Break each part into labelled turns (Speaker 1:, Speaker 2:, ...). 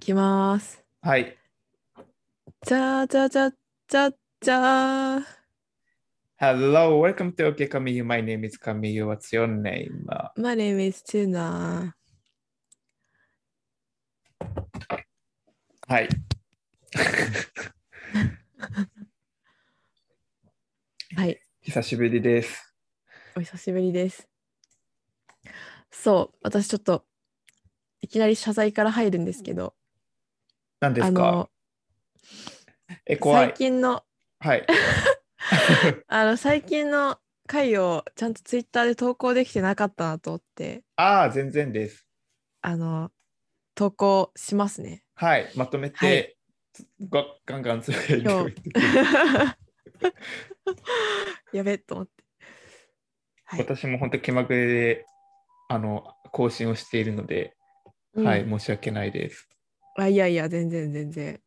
Speaker 1: きます。
Speaker 2: はい。
Speaker 1: じゃじゃじゃじゃじゃー
Speaker 2: Hello, welcome to OK Kamiyu. My name is Kamiyu. What's your name?
Speaker 1: My name is Tuna.
Speaker 2: はい。
Speaker 1: はい、
Speaker 2: 久しぶりです。
Speaker 1: お久しぶりです。そう、私ちょっといきなり謝罪から入るんですけど、
Speaker 2: 何で
Speaker 1: あ
Speaker 2: すか
Speaker 1: の
Speaker 2: え、怖
Speaker 1: 最
Speaker 2: い。
Speaker 1: 近の
Speaker 2: はい。
Speaker 1: あの最近の回をちゃんとツイッターで投稿できてなかったなと思って、
Speaker 2: ああ、全然です。
Speaker 1: あの投稿しますね。
Speaker 2: はい。まとめて、
Speaker 1: はい
Speaker 2: つがガンガンつぶやいておいて。
Speaker 1: やべえと思って。はい。
Speaker 2: 私も本当気まぐれで、あの、更新をしているので、は
Speaker 1: う
Speaker 2: い、
Speaker 1: ん
Speaker 2: 申し訳ないです。
Speaker 1: あいやいや、全然全然。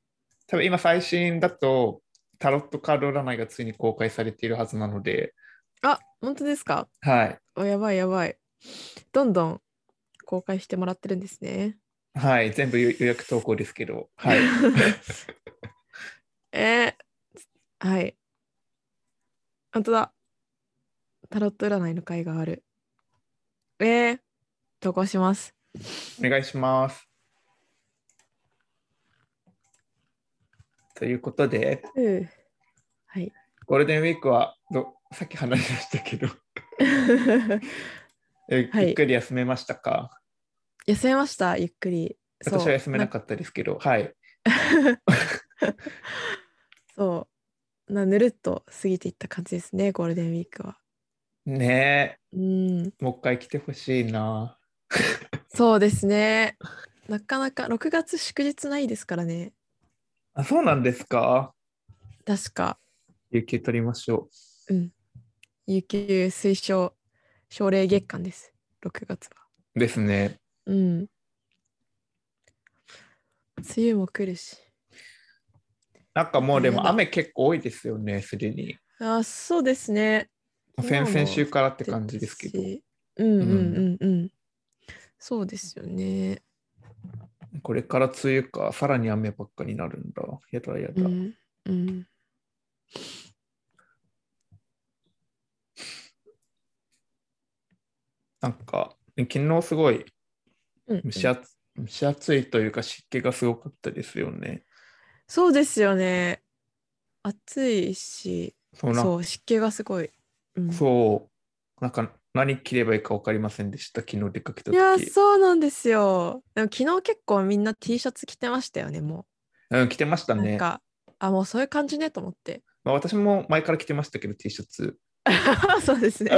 Speaker 2: 多分今最新だと、タロットカード占いがついに公開されているはずなので、
Speaker 1: あ本当ですか
Speaker 2: はい。
Speaker 1: おやばいやばい。どんどん公開してもらってるんですね。
Speaker 2: はい、全部予予約投稿ですけど、 はい。
Speaker 1: えー、はい。本当だ。タロット占いの会がある。えー、投稿します。
Speaker 2: お願いします。ということで、
Speaker 1: うん。はい。
Speaker 2: ゴールデンウィークはどさっき話しましたけど、え
Speaker 1: はい
Speaker 2: ゆっくり休めましたか
Speaker 1: 休めました、ゆっくり。そう
Speaker 2: 私は休めなかったですけど、はい。
Speaker 1: そう。なぬるっと過ぎていった感じですね、ゴールデンウィークは。
Speaker 2: ね
Speaker 1: うん、
Speaker 2: え、もう一回来てほしいな。
Speaker 1: そうですね。なかなか6月祝日ないですからね。
Speaker 2: あ、そうなんですか
Speaker 1: 確か、
Speaker 2: 有給取りましょ
Speaker 1: 有給推奨奨励月間です、6月は。
Speaker 2: う。ですね。
Speaker 1: うん。梅雨も来るし。
Speaker 2: なんかもうで
Speaker 1: や
Speaker 2: も
Speaker 1: だ
Speaker 2: 雨結構多いですよね、すでに。
Speaker 1: あ、そうですね。
Speaker 2: もう
Speaker 1: 昨日
Speaker 2: 先
Speaker 1: も
Speaker 2: 々週からって感じですけど、
Speaker 1: しうんうんうんうん。そうですよね。
Speaker 2: これから梅雨か、さらに雨ばっかになるんだ。やだや
Speaker 1: う
Speaker 2: だ。
Speaker 1: ん。うん
Speaker 2: なんか、昨日すごい
Speaker 1: うん
Speaker 2: 蒸し暑蒸し暑いというか湿気がすごかったですよね。
Speaker 1: そうですよね。暑いし、
Speaker 2: そうな
Speaker 1: そう、湿気がすごい。うん
Speaker 2: そうなんか何着ればいいか分かりませんでした、昨日出かけた
Speaker 1: いや、
Speaker 2: 時
Speaker 1: そうなんですよ。でも昨日結構みんな T シャツ着てましたよね、も
Speaker 2: うん、着てました
Speaker 1: う。な
Speaker 2: ね
Speaker 1: ん。か、あ、もうそういう感じねと思 って。
Speaker 2: まあ、私も前から着てましたけど、T シャ ツ。
Speaker 1: そうですね。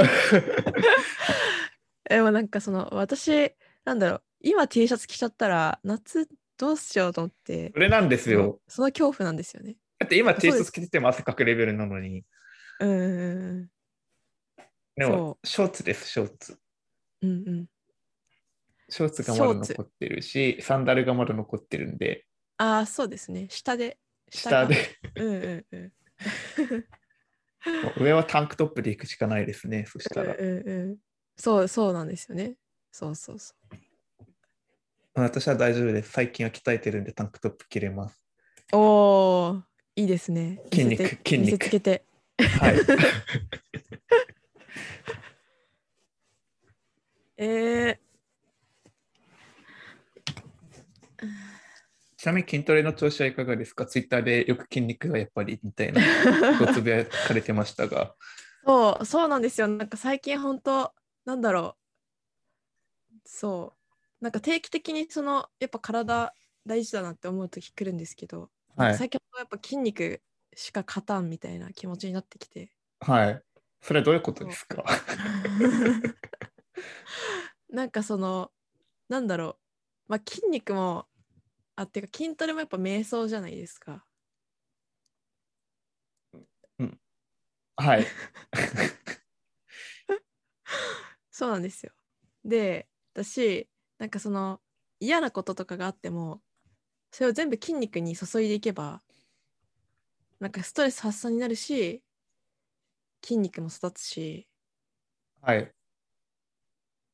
Speaker 1: でもなんかその、私、なんだろう、今 T シャツ着ちゃったら、夏どうしようと思って
Speaker 2: こ、れなんです
Speaker 1: その
Speaker 2: よ。
Speaker 1: その恐怖なんですよね。
Speaker 2: だって今
Speaker 1: そう
Speaker 2: T シ
Speaker 1: です
Speaker 2: ャツ着てても汗かくレベルなのに。
Speaker 1: うんうん
Speaker 2: でも、ショーツです、ショーツ。
Speaker 1: うん。うんうん。
Speaker 2: ショーツがまだ
Speaker 1: ショーツ
Speaker 2: 残ってるし、サンダルがまだ残ってるんで、
Speaker 1: ああ、そうですね。下で。
Speaker 2: 下で
Speaker 1: か。、うんうんうん。
Speaker 2: もう上はタンクトップで行くしかないですね、そしたら。
Speaker 1: うんうんうん、そうそうなんですよね。そうそうそ
Speaker 2: 私は大丈夫です。最近は鍛えてるんでタンクトップ着れ ます。
Speaker 1: う。おおいいですね。
Speaker 2: 筋肉
Speaker 1: 見せて
Speaker 2: 筋肉
Speaker 1: 見せつけて。
Speaker 2: はい。
Speaker 1: えー、
Speaker 2: ちなみに筋トレの調子はいかがですかツイッターでよく筋肉がやっぱりみたいなごつぶやかれてまし たが。
Speaker 1: そうそうなんですよ。なんか最近本当なんだろう。そうなんか定期的にそのやっぱ体大事だなって思う時来るんですけど、
Speaker 2: はい。
Speaker 1: 最近はやっぱ筋肉しか勝たんみたいな気持ちになってき て。
Speaker 2: はい。それはどういうことですか
Speaker 1: なんかそのなんだろう、まあ、筋肉もあってか筋トレもやっぱ瞑想じゃないですか。
Speaker 2: はい。
Speaker 1: そうなんですよ。で私なんかその嫌なこととかがあってもそれを全部筋肉に注いでいけばなんかストレス発散になるし筋肉も育つし
Speaker 2: はい。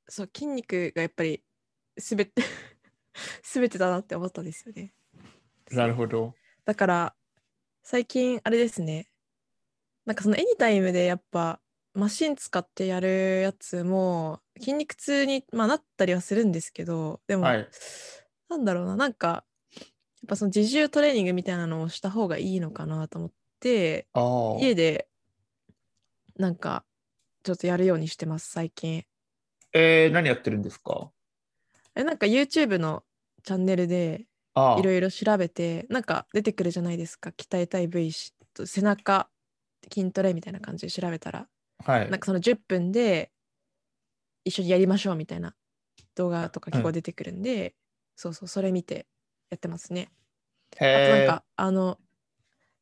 Speaker 1: そう筋肉がやっぱりすべて 全てだなって思ったんですよね。
Speaker 2: なるほど。
Speaker 1: だから最近あれですねなんかそのエニタイムでやっぱマシン使ってやるやつも筋肉痛に、まあ、なったりはするんですけどでも、
Speaker 2: はい
Speaker 1: なんだろうななんかやっぱその自重トレーニングみたいなのをした方がいいのかなと思って
Speaker 2: ああ。
Speaker 1: 家でなんかちょっとやるようにしてます最近。
Speaker 2: えー、何やってるんですか
Speaker 1: えなんか YouTube のチャンネルで
Speaker 2: ああ
Speaker 1: い。ろいろ調べてなんか出てくるじゃないですか鍛えたい部位しと背中筋トレみたいな感じで調べたら
Speaker 2: はい
Speaker 1: なん。かその10分で一緒にやりましょうみたいな動画とか結構出てくるんで、そうそうそれ見てやってますね。あとなん
Speaker 2: へえ。
Speaker 1: かあの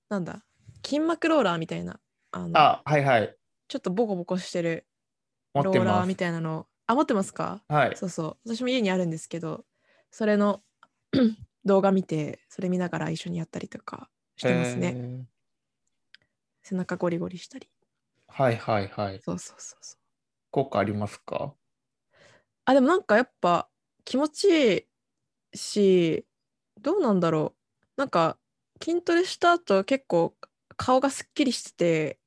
Speaker 1: なんだ筋膜ローラーみたいなあの
Speaker 2: あ、はいはい。
Speaker 1: ちょっとボコボコしてる
Speaker 2: 持
Speaker 1: ロ
Speaker 2: って
Speaker 1: ーラ
Speaker 2: ま
Speaker 1: ー
Speaker 2: す
Speaker 1: み。たいなのをあ持ってますか
Speaker 2: はい。
Speaker 1: そうそう私も家にあるんですけどそれの 動画見てそれ見ながら一緒にやったりとかしてますね
Speaker 2: へー
Speaker 1: 背中ゴリゴリしたり
Speaker 2: はいはいはい。
Speaker 1: そうそうそうそう
Speaker 2: 効果ありますか
Speaker 1: あでもなんかやっぱ気持ちいいしどうなんだろうなんか筋トレした後結構顔がすっきりして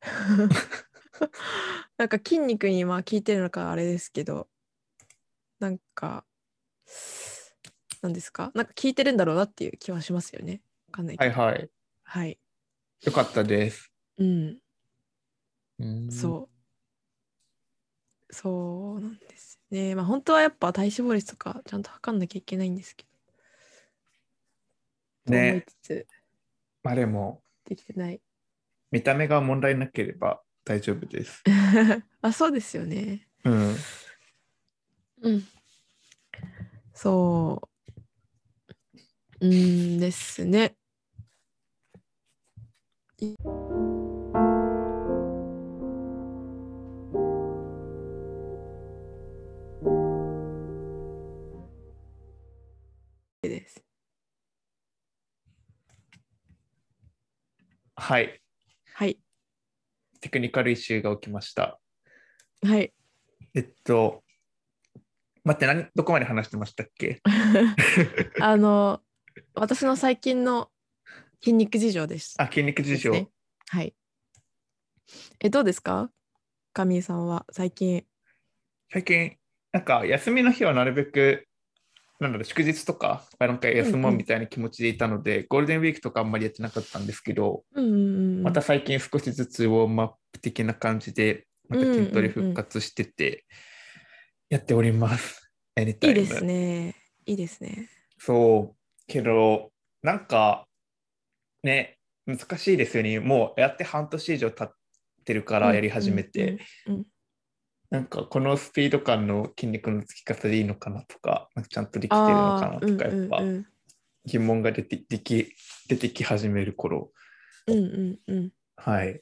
Speaker 1: てなんか筋肉にまあ効いてるのかあれですけどなんかなんですかなんか効いてるんだろうなっていう気はしますよねわかんないけ
Speaker 2: はい
Speaker 1: ど
Speaker 2: はい。
Speaker 1: はい、
Speaker 2: よかったです。
Speaker 1: うん
Speaker 2: うん
Speaker 1: そうそうなんですねまあ本当はやっぱ体脂肪率とかちゃんと測んなきゃいけないんですけどと思い
Speaker 2: ね。
Speaker 1: つつ
Speaker 2: まあでも、
Speaker 1: できてない
Speaker 2: 見た目が問題なければ大丈夫です。
Speaker 1: あそうですよね
Speaker 2: うん。
Speaker 1: うんそううんですねいです
Speaker 2: はい。
Speaker 1: はい
Speaker 2: テクニカルイシューが起きました。
Speaker 1: はい
Speaker 2: えっと、待って、何どこまで話してましたっけ
Speaker 1: あの私の最近の筋肉事情でし
Speaker 2: あ、
Speaker 1: た。
Speaker 2: 筋肉事情。
Speaker 1: ですねはい。えどうですか、神井さんは最近。
Speaker 2: 最近、なんか休みの日はなるべく、なんだろう、祝日とか、なんか休もうみたいな気持ちでいたので、ゴールデンウィークとかあんまりやってなかったんですけど、
Speaker 1: うんうんうん。
Speaker 2: また最近少しずつウォームアップ的な感じで、また筋トレ復活してて、やっております。い
Speaker 1: いいですね。いいですね。
Speaker 2: そう、けど、なんか、ね、難しいですよね。もうやって半年以上経ってるからやり始めて、
Speaker 1: うんうんうん
Speaker 2: なんかこのスピード感の筋肉のつき方でいいのかなとか、なんかちゃんとできてるのかなとか、
Speaker 1: あー
Speaker 2: やっぱ
Speaker 1: うんうん
Speaker 2: 疑問が出てでき出てき始める頃。
Speaker 1: うんうんうんうん
Speaker 2: はい。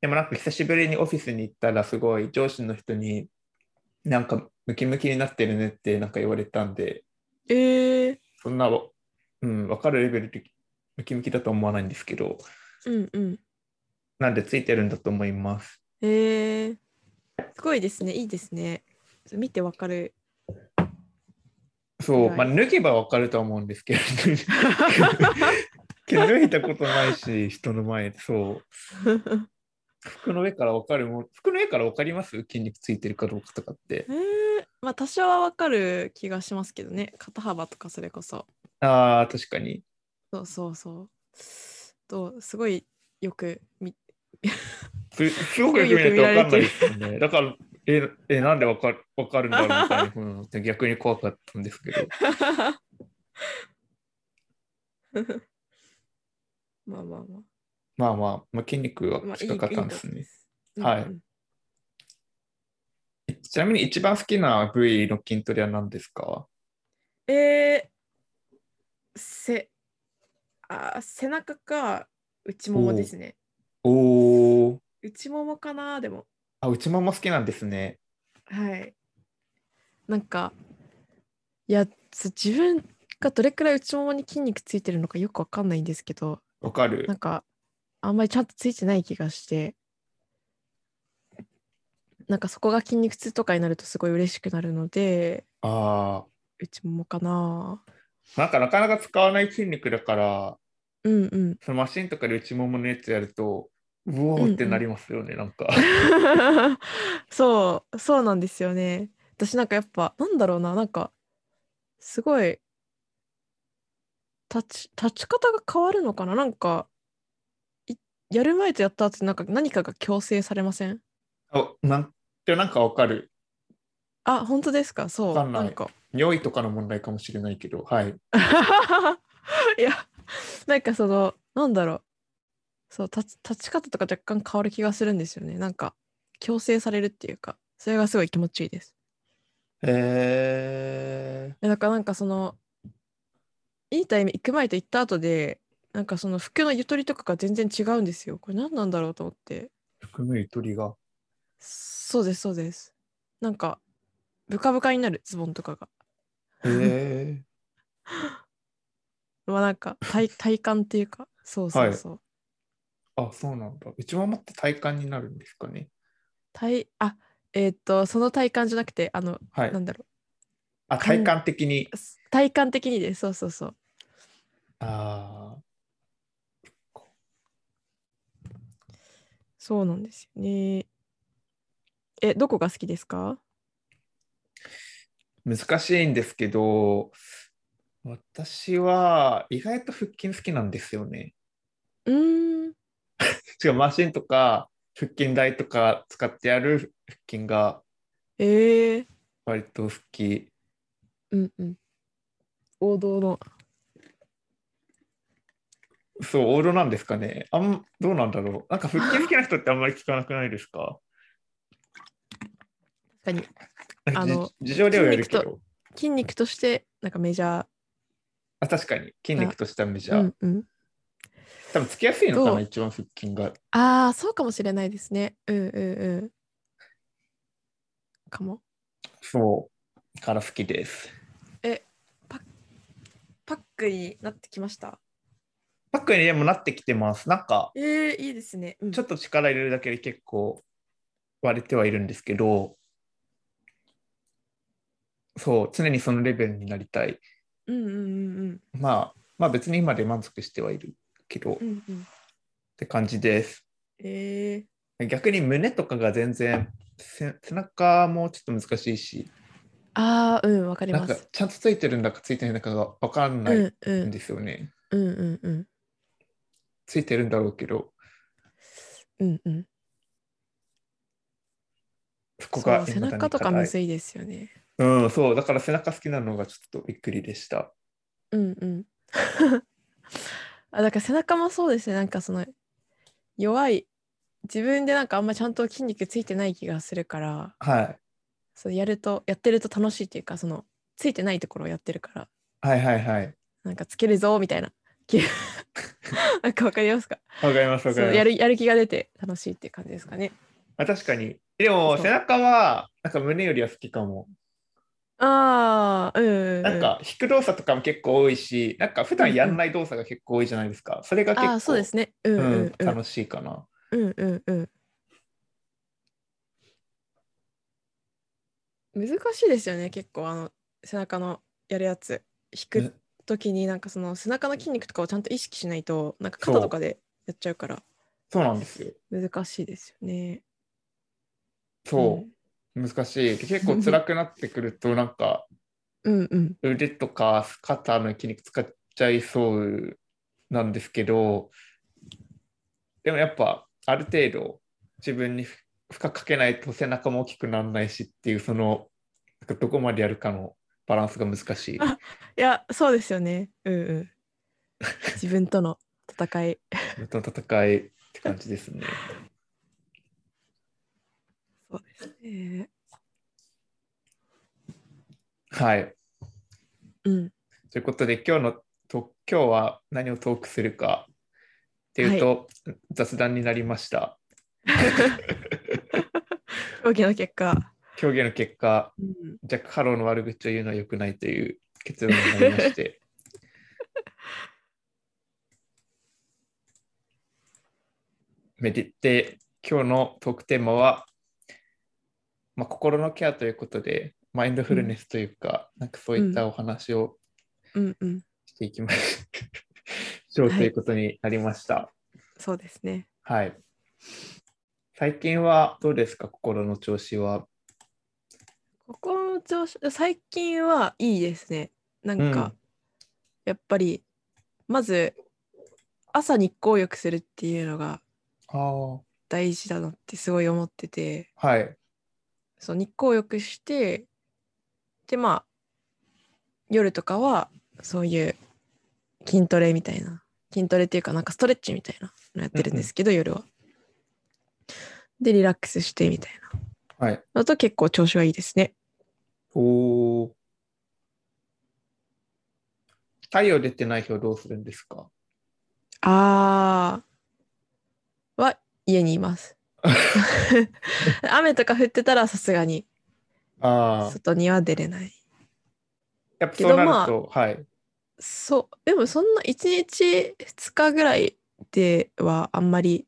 Speaker 2: でもなんか久しぶりにオフィスに行ったらすごい上司の人になんかムキムキになってるねってなんか言われたんで、
Speaker 1: えー、
Speaker 2: そんな、うん、分かるレベルでムキムキだとは思わないんですけど、
Speaker 1: うんうん。
Speaker 2: なんでついてるんだと思います。
Speaker 1: えー、すごいですね。いいですね。そう見てわか る。
Speaker 2: そう、
Speaker 1: はい
Speaker 2: まあ脱げば分かるとは思うんですけど、 けど脱いだことないし、人の前で、そう。服の上から分かるもん、服の上から分かります筋肉ついてるかどうかとかって。
Speaker 1: えー、まあ多少はわかる気がしますけどね。肩幅とかそれこそ。
Speaker 2: ああ、確かに。
Speaker 1: そうそうそう。とすごいよくみ
Speaker 2: すすごくよく見ないと分かんないですよね。だから、え、えなんで分かる分かるんだろうみたいなふうに思って逆に怖かったんですけ ど。
Speaker 1: まあまあま
Speaker 2: まあまあ、まあ、筋肉
Speaker 1: あ、ま
Speaker 2: は
Speaker 1: あ、いい
Speaker 2: 近かったんです
Speaker 1: いい
Speaker 2: ね。
Speaker 1: と思
Speaker 2: はい
Speaker 1: うん
Speaker 2: ちなみに一番好きな部位の筋トレは何ですか
Speaker 1: うんえー、せあー背中か内ももですね。
Speaker 2: おお。
Speaker 1: 内ももかなでも。
Speaker 2: あ、内もも好きなんですね。
Speaker 1: はい。なんかいやつ自分がどれくらい内ももに筋肉ついてるのかよくわかんないんですけど
Speaker 2: わか
Speaker 1: なん
Speaker 2: る。
Speaker 1: かあんまりちゃんとついてない気がしてなんかそこが筋肉痛とかになるとすごい嬉しくなるので
Speaker 2: ああ、
Speaker 1: うちもかな
Speaker 2: なんかなかなか使わない筋肉だから、
Speaker 1: うんうん
Speaker 2: そのマシンとかで内もものやつやると、うおーってなりますよね、なんか。
Speaker 1: そうそうなんですよね私なんかやっぱなんだろうななんかすごい立ち立ち方が変わるのかななんかいやる前とやった後なんか何かが強制されません
Speaker 2: あなんでもなんかわかる。
Speaker 1: あ本当ですかそう
Speaker 2: わかんない
Speaker 1: んか
Speaker 2: 匂いとかの問題かもしれないけど、は い。
Speaker 1: いやなんかそのなんだろうそう立ち立ち方とか若干変わる気がするんですよねなんか強制されるっていうかそれがすごい気持ちいいです
Speaker 2: え
Speaker 1: えだからなんかそのいいタイミング行く前と行った後でなんかその服のゆとりとかが全然違うんですよこれ何なんだろうと思って
Speaker 2: ー、服のゆとりが。
Speaker 1: そうですそうですなんかブカブカになるズボンとかが
Speaker 2: え
Speaker 1: まあなんか体体感っていうかそうそうそう、
Speaker 2: ー、あ、そうなんだ。内ももって体感になるんですかね。
Speaker 1: 体あえーっとその体感じゃなくてあの、
Speaker 2: はい
Speaker 1: な。んだろ
Speaker 2: あ、体感的に。
Speaker 1: うす体感的にですそうそうそう
Speaker 2: ああ、
Speaker 1: そうなんですよねえどこが好きですか
Speaker 2: 難しいんですけど、私は意外と腹筋好きなんですよね。
Speaker 1: うーん
Speaker 2: しかもマシンとか腹筋台とか使ってやる腹筋が
Speaker 1: えー、
Speaker 2: 割と好き。
Speaker 1: うんうん王道の
Speaker 2: そう、王道なんですかね。あんどうなんだろう。なんか腹筋好きな人ってあんまり聞かなくないですか
Speaker 1: 確かに
Speaker 2: なんかじ
Speaker 1: あの
Speaker 2: 事情ではやるけ
Speaker 1: 筋
Speaker 2: ど。
Speaker 1: 筋肉としてなんかメジャ
Speaker 2: あ確かに筋肉としたんでじ
Speaker 1: ー、
Speaker 2: ゃあ、
Speaker 1: うんうん、
Speaker 2: 多分つきやすいのか
Speaker 1: ど
Speaker 2: な
Speaker 1: う
Speaker 2: 一番腹筋が
Speaker 1: ああそうかもしれないですねうんうんうんかも
Speaker 2: そうから好きです
Speaker 1: パックになってきました
Speaker 2: パックにでもなってきてますなんか
Speaker 1: えー、いいですね、うん
Speaker 2: ちょっと力入れるだけで結構割れてはいるんですけどそう常にそのレベルになりたい
Speaker 1: うんうんうん
Speaker 2: まあ、まあ別に今で満足してはいるけど、
Speaker 1: う
Speaker 2: っ
Speaker 1: んうん
Speaker 2: て感じです。
Speaker 1: えー、
Speaker 2: 逆に胸とかが全然せ背中もちょっと難しいし
Speaker 1: ああうんわかり
Speaker 2: なん
Speaker 1: ま
Speaker 2: か
Speaker 1: す
Speaker 2: ちゃんとついてるんだかついてないんだかが分かん
Speaker 1: う
Speaker 2: なんい
Speaker 1: うんん
Speaker 2: ですよね、
Speaker 1: うんうんうん
Speaker 2: ついてるんだろうけど
Speaker 1: うんうん
Speaker 2: そこ
Speaker 1: そ
Speaker 2: が
Speaker 1: う
Speaker 2: 未
Speaker 1: 背
Speaker 2: だに
Speaker 1: 中と
Speaker 2: 課
Speaker 1: か
Speaker 2: 題
Speaker 1: むずいですよね
Speaker 2: うんそうだから背中好きなのがちょっとびっくりでした
Speaker 1: うんうん あだから背中もそうですねなんかその弱い自分でなんかあんまちゃんと筋肉ついてない気がするから
Speaker 2: はい
Speaker 1: そうやるとやってると楽しいっていうかそのついてないところをやってるから
Speaker 2: はいはいはい
Speaker 1: なんかつけるぞみたいな 気なんかわかりますか
Speaker 2: わかりますわか
Speaker 1: そう
Speaker 2: り
Speaker 1: や
Speaker 2: ます
Speaker 1: るやる気が出て楽しいっていう感じですかね
Speaker 2: あ確かにでも
Speaker 1: そう
Speaker 2: 背中はなんか胸よりは好きかも
Speaker 1: ああうんううん
Speaker 2: なんか引く動作とかも結構多いしなんか普段やんない動作が結構多いじゃないですかそれが結
Speaker 1: あ
Speaker 2: 構
Speaker 1: あそうですねうんう
Speaker 2: うんん、
Speaker 1: うん
Speaker 2: 楽しいかな
Speaker 1: うんうんうん難しいですよね結構あの背中のやるやつ引
Speaker 2: ね
Speaker 1: く時になんかその背中の筋肉とかをちゃんと意識しないとなんか肩とかでやっちゃうから
Speaker 2: そうなんですよ
Speaker 1: 難しいですよね
Speaker 2: そう、難しいで結構辛くなってくるとなんか
Speaker 1: うん、うんうん
Speaker 2: 腕とか肩の筋肉使っちゃいそうなんですけどでもやっぱある程度自分に負負荷かけないと背中も大きくならないしっていうそのなんかどこまでやるかのバランスが難しい
Speaker 1: あいやそうですよねうんうん自分との戦い
Speaker 2: 自分との戦いって感じですね。
Speaker 1: そうですね
Speaker 2: はい
Speaker 1: うん
Speaker 2: ということで今日のと今日は何をトークするかっていうと、雑談になりました
Speaker 1: 競技の結果、
Speaker 2: 競技の結果
Speaker 1: うん、
Speaker 2: ジャック・ハローの悪口を言うのは良くないという結論になりまして めでて今日のトークテーマは、まあ、心のケアということでマインドフルネスというか、なんかそういったお話を
Speaker 1: うんうん
Speaker 2: していきましょう、
Speaker 1: はい
Speaker 2: ということになりました。
Speaker 1: そうですね
Speaker 2: はい。最近はどうですか、心の調子は。
Speaker 1: ここの調子最近はいいですねなんか、
Speaker 2: うん
Speaker 1: やっぱりまず朝日光浴するっていうのが
Speaker 2: ああ、
Speaker 1: 大事だなってすごい思ってて
Speaker 2: はい。
Speaker 1: そう日光浴してでまあ夜とかはそういう筋トレみたいな筋トレっていうかなんかストレッチみたいなのやってるんですけど、夜は。でリラックスしてみたいな
Speaker 2: はい。
Speaker 1: のと結構調子はいいですね。
Speaker 2: おお。太陽出てない日はどうするんですか
Speaker 1: あーは家にいます。雨とか降ってたらさすがに
Speaker 2: ああ、
Speaker 1: 外には出れない。
Speaker 2: やっぱ
Speaker 1: け
Speaker 2: そ
Speaker 1: ど
Speaker 2: うなる
Speaker 1: まあ
Speaker 2: と、はい。
Speaker 1: そうでもそんな1日2日ぐらいではあんまり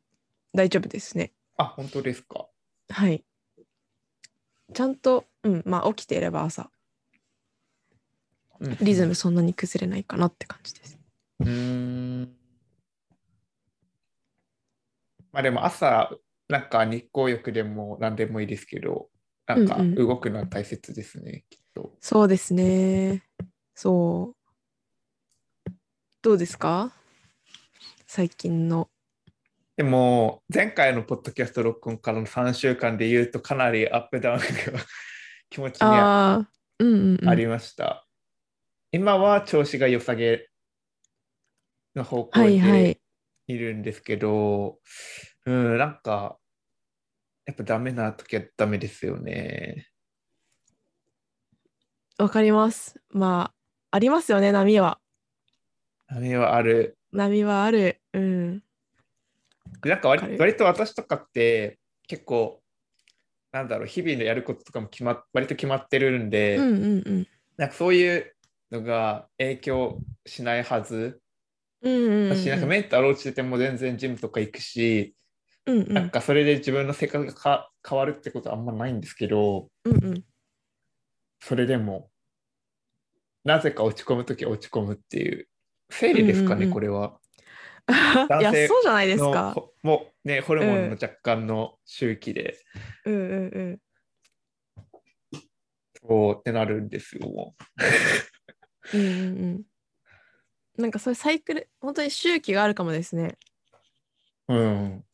Speaker 1: 大丈夫ですね
Speaker 2: あ、本当ですか。
Speaker 1: はいちゃんとうんまあ起きていれば朝
Speaker 2: うん
Speaker 1: リズムそんなに崩れないかなって感じです
Speaker 2: うーんまあでも朝なんか日光浴でも何でもいいですけどなんか
Speaker 1: うんうん
Speaker 2: 動くのは大切ですね、きっと
Speaker 1: そうですねそうどうですか最近の
Speaker 2: でも前回のポッドキャスト録音からの3週間で言うとかなりアップダウンが 気持ちにあ
Speaker 1: ああうんうん、うん、
Speaker 2: りました、今は調子が良さげの方向
Speaker 1: はいは
Speaker 2: で
Speaker 1: い
Speaker 2: いるんですけど、うんなんかやっぱダメな時はダメですよね
Speaker 1: わかりますまあありますよね波は
Speaker 2: 波はある。
Speaker 1: 波はあるうん
Speaker 2: なんか割
Speaker 1: わかる
Speaker 2: 割と私とかって結構なんだろう日々のやることとかも決まっ割と決まってるんで、
Speaker 1: うんうんうん
Speaker 2: なんかそういうのが影響しないはず
Speaker 1: うんうんうん
Speaker 2: 私なんかメンタル落ちてても全然ジムとか行くし、
Speaker 1: うんうん
Speaker 2: なんかそれで自分の生活がか変わるってことはあんまないんですけど
Speaker 1: うんうん
Speaker 2: それでもなぜか落ち込む時は落ち込むっていう生理です
Speaker 1: うん
Speaker 2: かね、
Speaker 1: うんうん
Speaker 2: これは。
Speaker 1: いや
Speaker 2: 性
Speaker 1: そうじゃないです
Speaker 2: の
Speaker 1: か。
Speaker 2: ほもうねホルモン
Speaker 1: うん
Speaker 2: の若干の周期で。
Speaker 1: うんうんうん。
Speaker 2: そうってなるんですよ。
Speaker 1: うんうんうん。なんかそういうサイクル本当に周期があるかもですね。
Speaker 2: うん、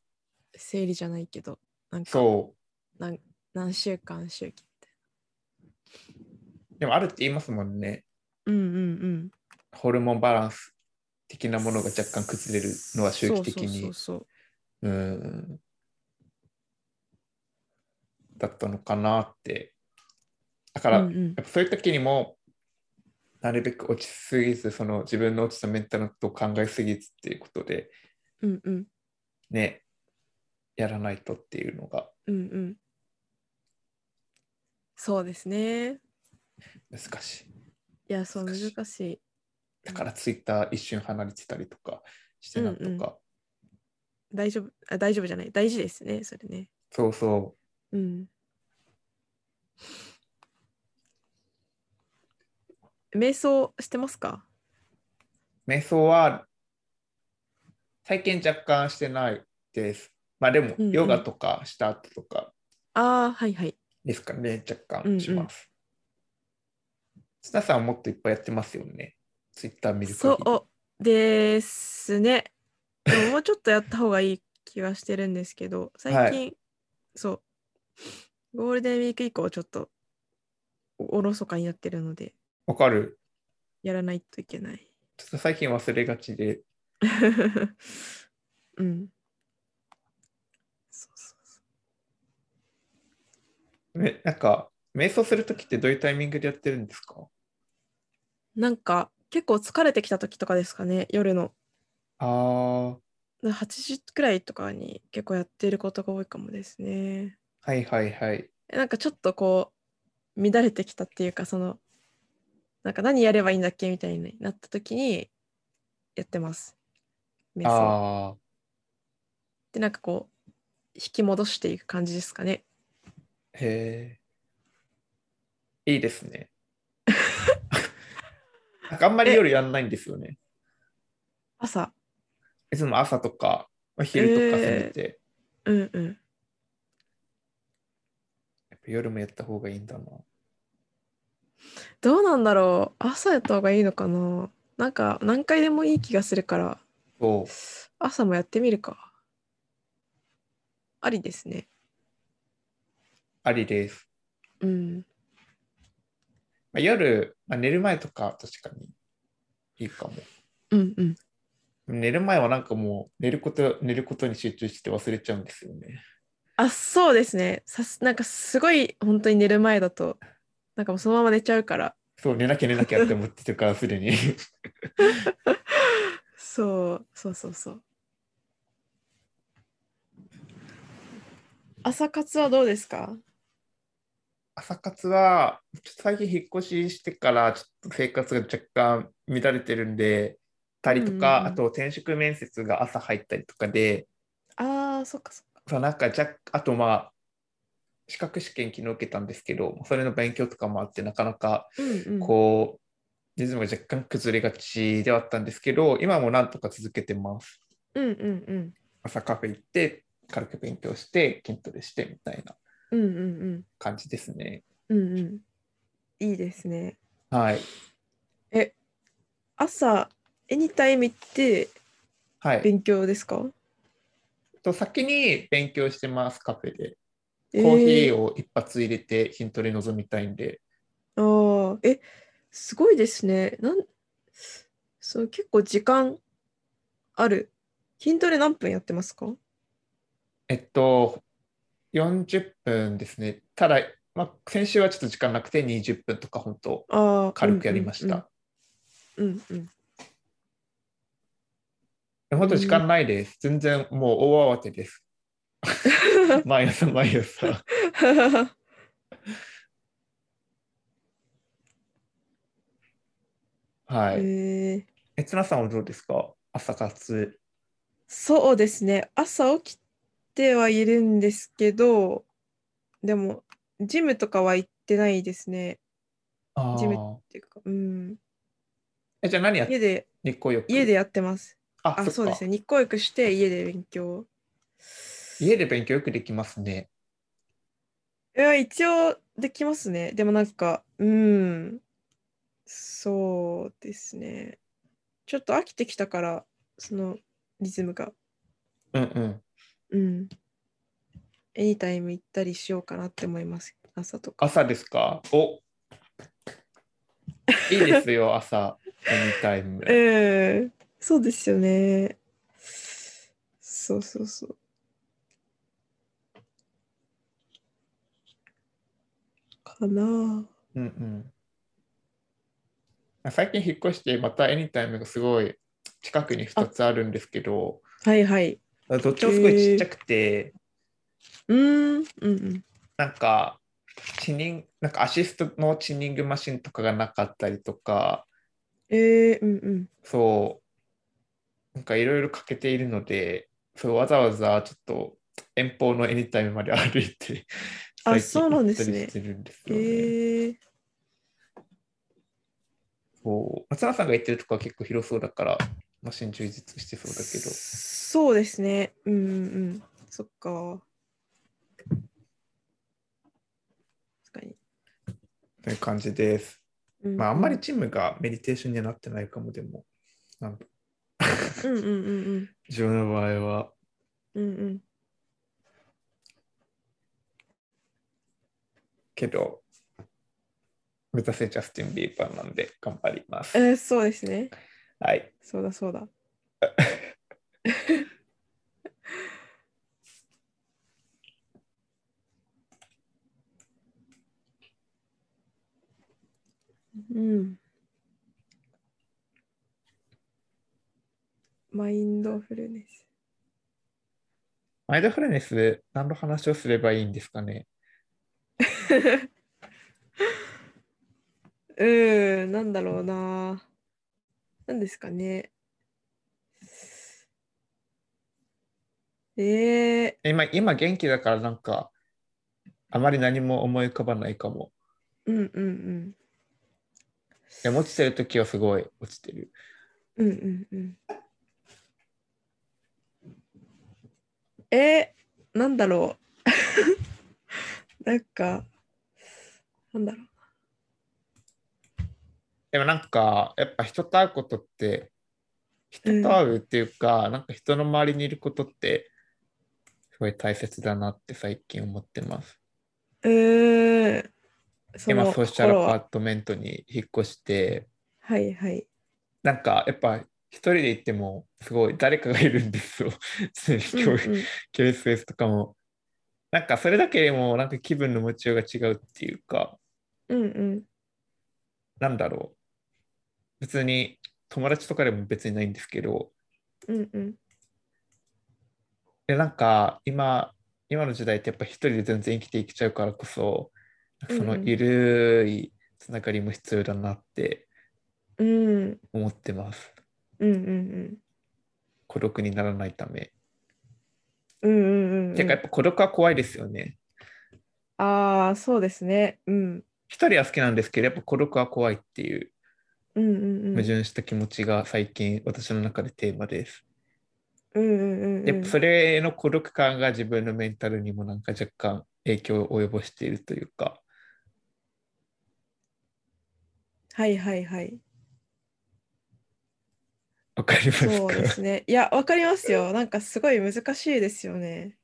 Speaker 1: 生理じゃないけどなんか
Speaker 2: そ
Speaker 1: なん何週間周期って。
Speaker 2: う。でもあるって言いますもんね。
Speaker 1: うんうん
Speaker 2: ホルモンバランス的な
Speaker 1: うん。
Speaker 2: ものが若干崩れるのは周期的
Speaker 1: そ
Speaker 2: に
Speaker 1: うそう。そうそう
Speaker 2: うん。だったのかなって。だから、
Speaker 1: うんうん
Speaker 2: やっぱそういう時にも、なるべく落ちすぎず、その自分の落ちたメンタルのことを考えすぎずっていうことで、
Speaker 1: うんうん
Speaker 2: ね、やらないとっていうのが
Speaker 1: うんうん。そうですね。
Speaker 2: 難しい。
Speaker 1: いやそう
Speaker 2: 難しい
Speaker 1: 難しい。
Speaker 2: だからツイッター一瞬離れてたりとかしてなんとか。
Speaker 1: うんうん大丈夫あ大丈夫じゃない大事ですねそれね。
Speaker 2: そうそう。
Speaker 1: うん。瞑想してますか
Speaker 2: 瞑想は最近若干してないです。まあでも
Speaker 1: うんうん
Speaker 2: ヨガとかした後とか
Speaker 1: ああ、はいはい。
Speaker 2: ですかね、若
Speaker 1: うんうん
Speaker 2: 干します。津田さんはもっといっぱいやってますよね。ツイッター見る限り
Speaker 1: そうですね。でももうちょっとやった方がいい気はしてるんですけど、最近、そう、ゴールデンウィーク以降、ちょっとおおろそかになってるので、
Speaker 2: わかる。
Speaker 1: やらないといけない。
Speaker 2: ちょっと最近忘れがちで。
Speaker 1: うん。そうそうそ
Speaker 2: めなんか、瞑想するときってどういうタイミングでやってるんですか
Speaker 1: うなんか、結構疲れてきた時とかですかね、夜の。
Speaker 2: ああ、
Speaker 1: だ8時くらいとかに結構やってることが多いかもですね。
Speaker 2: はいはいはい。
Speaker 1: えなんかちょっとこう乱れてきたっていうかそのなんか何やればいいんだっけみたいになった時にやってます。瞑想
Speaker 2: ああ、
Speaker 1: でなんかこう引き戻していく感じですかね。
Speaker 2: へえ。いいですね。 なんかあんまり夜やんないんですよね。
Speaker 1: 朝
Speaker 2: いつも朝とか、まあ昼とか
Speaker 1: え
Speaker 2: 攻
Speaker 1: ー
Speaker 2: めて、
Speaker 1: うんうん
Speaker 2: やっぱ夜もやった方がいいんだな。
Speaker 1: どうなんだろう朝やった方がいいのかななんか何回でもいい気がするから
Speaker 2: そう。
Speaker 1: 朝もやってみるかありですね
Speaker 2: ありです。
Speaker 1: うん
Speaker 2: まあ、夜、まあ、寝る前とか確かにいいかも。
Speaker 1: うんうん
Speaker 2: 寝る前はなんかもう寝ること、寝ることに集中して忘れちゃうんですよね。
Speaker 1: あそうですねさすなんかすごい本当に寝る前だとなんかもうそのまま寝ちゃうから
Speaker 2: そう、寝なきゃ寝なきゃって思ってるから、すでに。
Speaker 1: そうそうそうそう朝活はどうですか
Speaker 2: 朝活は、ちょっと最近引っ越ししてから、ちょっと生活が若干乱れてるんで、たりと
Speaker 1: う
Speaker 2: か、
Speaker 1: んうんうん
Speaker 2: あと転職面接が朝入ったりとかで、
Speaker 1: あーそっかそっか
Speaker 2: そうなんか若あとまあ、資格試験昨日受けたんですけど、それの勉強とかもあって、なかなか
Speaker 1: うんうん
Speaker 2: こう、リズムが若干崩れがちではあったんですけど、今もなんとか続けてます。
Speaker 1: うんうんうん
Speaker 2: 朝カフェ行って、軽く勉強して、筋トレしてみたいな
Speaker 1: うんうん
Speaker 2: 感じですね。
Speaker 1: うんうんうんいいですね
Speaker 2: はい。
Speaker 1: 朝エニタイム行って
Speaker 2: はい。
Speaker 1: 勉強ですか
Speaker 2: と先に勉強してます、カフェで。
Speaker 1: コ
Speaker 2: コーヒ
Speaker 1: を
Speaker 2: ーを一発入れて筋トレ臨みたいんで、
Speaker 1: ああ、え、すごいですね。なん、そう、結構時間ある。筋トレ何分やってますか
Speaker 2: えっと、40分ですね。ただ、まあ、先週はちょっと時間なくて20分とか、本当
Speaker 1: ああ、
Speaker 2: 軽くやりました。
Speaker 1: うんうんうん。うんうん
Speaker 2: 本当時間ないです。全然もう大慌てです。 毎朝毎朝。はい。
Speaker 1: へえ
Speaker 2: えつなさんはどうですか朝活。
Speaker 1: そうですね。朝起きてはいるんですけど、でも、ジムとかは行ってないですね。
Speaker 2: あ
Speaker 1: ジム
Speaker 2: ー
Speaker 1: っていうか、うん。
Speaker 2: えじゃあ何やっ
Speaker 1: 家で、
Speaker 2: 日光浴
Speaker 1: 家でやってます。
Speaker 2: あ
Speaker 1: あ、
Speaker 2: そっ
Speaker 1: そうで
Speaker 2: か
Speaker 1: すね。日光浴して家で勉強。
Speaker 2: 家で勉強よくできますね。
Speaker 1: いや、一応できますね。でもなんか、うん、そうですね。ちょっと飽きてきたから、そのリズムが。
Speaker 2: うんうん。
Speaker 1: うん。エニタイム行ったりしようかなって思います。朝とか。
Speaker 2: 朝ですかおいいですよ、朝。エニタイム。
Speaker 1: ええそうですよね。そうそうそう。かなあ
Speaker 2: うんうん。最近引っ越して、またエニタイムがすごい近くに2つあるんですけど、
Speaker 1: はいはい。
Speaker 2: どっちもすごいちっちゃくて、
Speaker 1: うーん、うんうん。
Speaker 2: なんか、チニンなんかアシストのチニングマシンとかがなかったりとか、
Speaker 1: ええうんうん。
Speaker 2: そう、なんかいろいろ欠けているので、そうわざわざちょっと遠方のエニタイムまで歩いて、
Speaker 1: あ
Speaker 2: 最近
Speaker 1: そうなんですね
Speaker 2: 行ったりしてるんですよね。
Speaker 1: えー、
Speaker 2: そう松永さんが行ってるとこは結構広そうだから、マシン充実してそうだけど。
Speaker 1: そうですね。うんうんうん。そっか。確かに。
Speaker 2: という感じです。
Speaker 1: うん
Speaker 2: まあ、あんまり。チームがメディテーションにはなってないかも、でも、なんか
Speaker 1: うんうんうん
Speaker 2: 自分の場合は。
Speaker 1: うん。うんうん。
Speaker 2: けど、目指せジャスティン・ビーバーなんで頑張ります。
Speaker 1: えー、そうですね。
Speaker 2: はい。
Speaker 1: そうだそうだ。うん。マインドフルネス。
Speaker 2: マインドフルネス、何の話をすればいいんですかね。
Speaker 1: うーん、なんだろうな。なんですかね。えー、
Speaker 2: 今、今元気だからなんか、あまり何も思い浮かばないかも。
Speaker 1: ううんうん
Speaker 2: でも落ちてる時はすごい落ちてる。
Speaker 1: うん。うんうんうん。えー、なんだろう。 なんか、なんだろう。
Speaker 2: でもなんか、やっぱ人と会うことって、人と会うっていうか、なんか人の周りにいることって、すごい大切だなって最近思ってます。
Speaker 1: えー、そ
Speaker 2: 今、
Speaker 1: の
Speaker 2: ソーシャル
Speaker 1: 心
Speaker 2: アパ
Speaker 1: は
Speaker 2: ートメントに引っ越して、
Speaker 1: はいはい。
Speaker 2: なんかやっぱ一人で行っても、すごい誰かがいるんですよ。常
Speaker 1: う
Speaker 2: に
Speaker 1: ん
Speaker 2: 教育教育スペースとかも。なんかそれだけでも、なんか気分の持ちようが違うっていうか、
Speaker 1: うんうん
Speaker 2: なんだろう。別に友達とかでも別にないんですけど、
Speaker 1: うんうん
Speaker 2: でなんか今今の時代ってやっぱ一人で全然生きていけちゃうからこそなんかその
Speaker 1: うんうん
Speaker 2: ゆるいつながりも必要だなって
Speaker 1: うんうん
Speaker 2: 思ってます
Speaker 1: うんうん
Speaker 2: 孤独にならないため、
Speaker 1: うんうんうんうん
Speaker 2: てかやっぱ孤独は怖いですよね
Speaker 1: ああそうですねうん
Speaker 2: 一人は好きなんですけどやっぱ孤独は怖いっていう
Speaker 1: うんうんうん
Speaker 2: 矛盾した気持ちが最近私の中でテーマです、
Speaker 1: うんうんうんうん
Speaker 2: やっぱそれの孤独感が自分のメンタルにもなんか若干影響を及ぼしているというか
Speaker 1: はいはいはい
Speaker 2: わかりますか
Speaker 1: そうですねいやわかりますよなんかすごい難しいですよね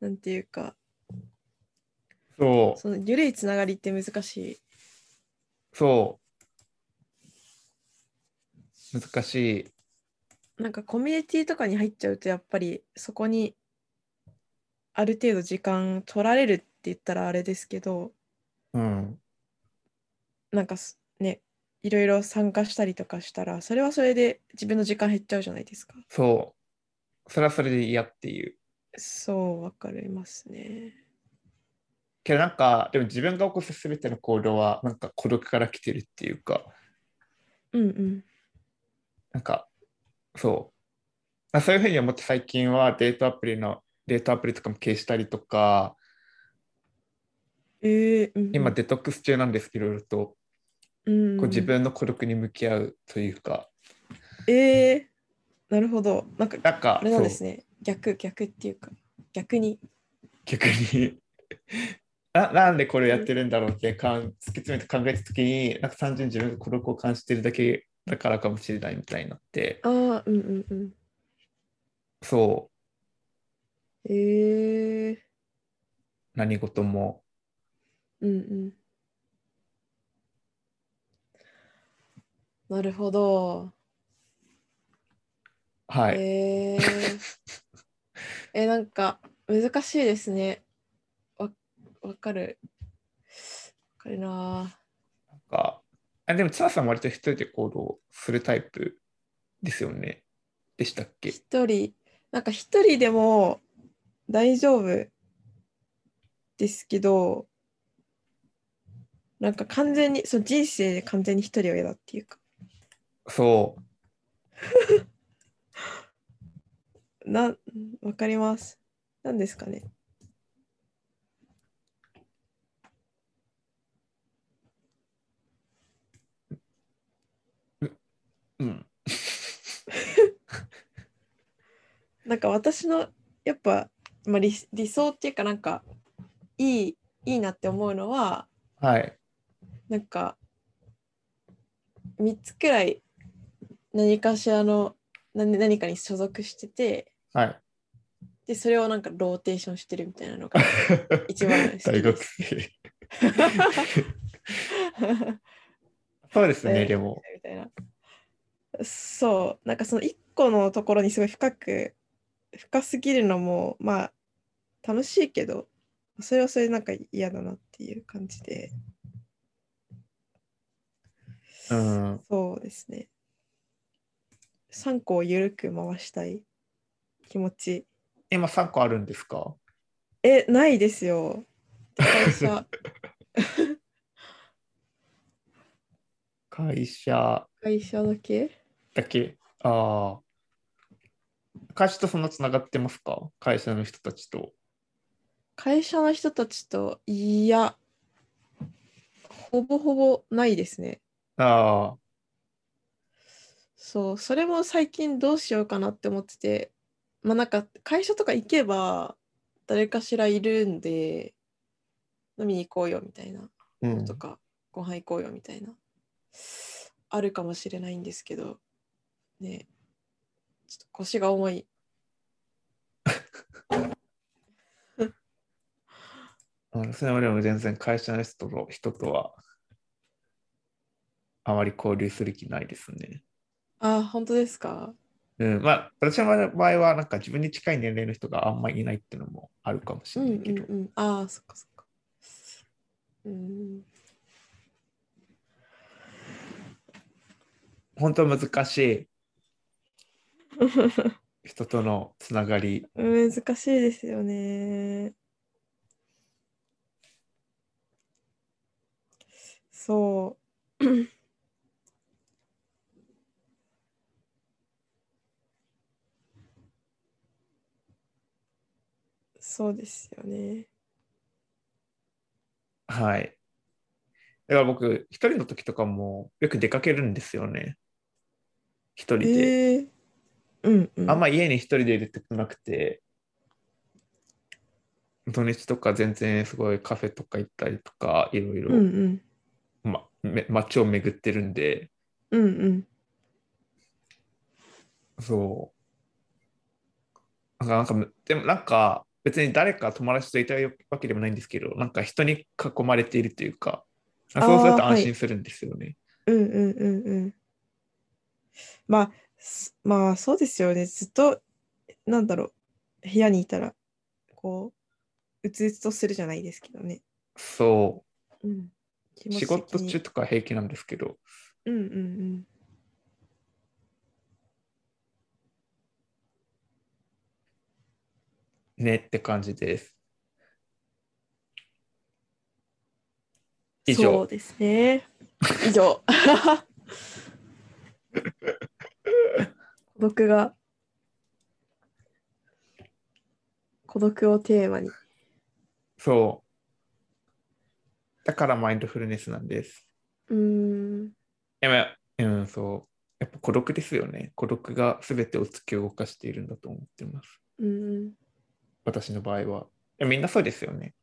Speaker 1: なんていうか
Speaker 2: そう
Speaker 1: そのゆるいつながりって難しい
Speaker 2: そう。難しい。
Speaker 1: なんかコミュニティとかに入っちゃうとやっぱりそこにある程度時間取られるって言ったらあれですけど
Speaker 2: うん。
Speaker 1: なんかすねいろいろ参加したりとかしたらそれはそれで自分の時間減っちゃうじゃないですか
Speaker 2: そう。それはそれで嫌っていう。
Speaker 1: そうわかりますね
Speaker 2: けどなんか、でも自分が起こすすべての行動は、なんか孤独から来てるっていうか、
Speaker 1: うんうん
Speaker 2: なんか、そう。まあ、そういうふうに思って最近はデートアプリの、デートアプリとかも消したりとか、
Speaker 1: ええうんうん、
Speaker 2: 今デトックス中なんですけど、いろいろと、
Speaker 1: うん
Speaker 2: こう自分の孤独に向き合うというか、
Speaker 1: ええなるほどなんか
Speaker 2: なんか
Speaker 1: あ、れなんで
Speaker 2: そう
Speaker 1: すね逆逆っていうか逆に
Speaker 2: 逆に ななんでこれやってるんだろうってかん突き詰めて考えた時になんか単純に自分が孤独を感じてるだけだからかもしれないみたいになって
Speaker 1: ああうんうんうん
Speaker 2: そ
Speaker 1: ええ
Speaker 2: う何事も
Speaker 1: うんうんなるほど、
Speaker 2: はい、
Speaker 1: ええ えなんか難しいですねわわかるわかるな
Speaker 2: なんかあでも千葉さんも割と一人で行動するタイプですよねでしたっけ
Speaker 1: 一人なんか一人でも大丈夫ですけどなんか完全にそう人生で完全に一人は嫌だっていうか
Speaker 2: そう
Speaker 1: なわかりますなんですかね
Speaker 2: うん
Speaker 1: なんか私のやっぱ、まあ、理理想っていうかなんかいいいいなって思うのは
Speaker 2: はい
Speaker 1: なんか3つくらい何かしらの何何かに所属してて
Speaker 2: はい
Speaker 1: でそれをなんかローテーションしてるみたいなの が一番好きです
Speaker 2: 大学生そうですねでも
Speaker 1: みたいな。そう、なんかその一個のところにすごい深く、深すぎるのも、まあ、楽しいけど、それはそれでなんか嫌だなっていう感じで、
Speaker 2: うん
Speaker 1: そうですね。3個を緩く回したい気持ち。
Speaker 2: 今3個あるんですか
Speaker 1: え、ないですよ。会 社、
Speaker 2: 会社
Speaker 1: 会社だけ
Speaker 2: だけああ。会社とそんなつながってますか会社の人たちと。
Speaker 1: 会社の人たちと、いや、ほぼほぼないですね。
Speaker 2: ああ、
Speaker 1: そう、それも最近どうしようかなって思ってて、まあなんか会社とか行けば誰かしらいるんで、飲みに行こうよみたいな、
Speaker 2: うん
Speaker 1: と。か、ご飯行こうよみたいな、あるかもしれないんですけど、ね、ちょっと腰が重い。
Speaker 2: あのそれまでも全然会社の人と人とはあまり交流する気ないですね。
Speaker 1: あー、本当ですか
Speaker 2: うん、まあ、私の場合は、なんか自分に近い年齢の人があんまりいないっていうのもあるかもし
Speaker 1: う
Speaker 2: れ
Speaker 1: ん
Speaker 2: ないけ
Speaker 1: う
Speaker 2: ど、
Speaker 1: んうん。ああ、そっかそっか。 うん。
Speaker 2: 本当は難しい人とのつながり。
Speaker 1: 難しいですよね。そう。 そうですよね。
Speaker 2: はい。だから僕、一人の時とかもよく出かけるんですよね。一人で。
Speaker 1: ええうんうん。
Speaker 2: あんま家に一人でいるってなくて、土日とか全然すごいカフェとか行ったりとか、いろいろ、
Speaker 1: うんうん。
Speaker 2: ま、め街を巡ってるんで、
Speaker 1: うんうん。
Speaker 2: そう。なんか、なんかでもなんか、別に誰か友達といたいわけでもないんですけど、なんか人に囲まれているというか、あそうすると安心するんですよね。
Speaker 1: うんうんうんうん。まあ、すまあそうですよね。ずっと、なんだろう、部屋にいたら、こう、うつうつとするじゃないですけどね。
Speaker 2: そ
Speaker 1: うん、気
Speaker 2: う。
Speaker 1: 持
Speaker 2: 仕
Speaker 1: ち的
Speaker 2: 事
Speaker 1: に
Speaker 2: 中とか平気なんですけど、
Speaker 1: うんうんうん。
Speaker 2: ねって感じです。以上
Speaker 1: そうですね。以上。 孤独が、孤独をテーマに。
Speaker 2: そう。だからマインドフルネスなんです。
Speaker 1: うーん、
Speaker 2: でも、うん、そう。やっぱ孤独ですよね。孤独が全てを突き動かしているんだと思ってます。
Speaker 1: うんうん。
Speaker 2: 私の場合は。いやみんなそうですよね。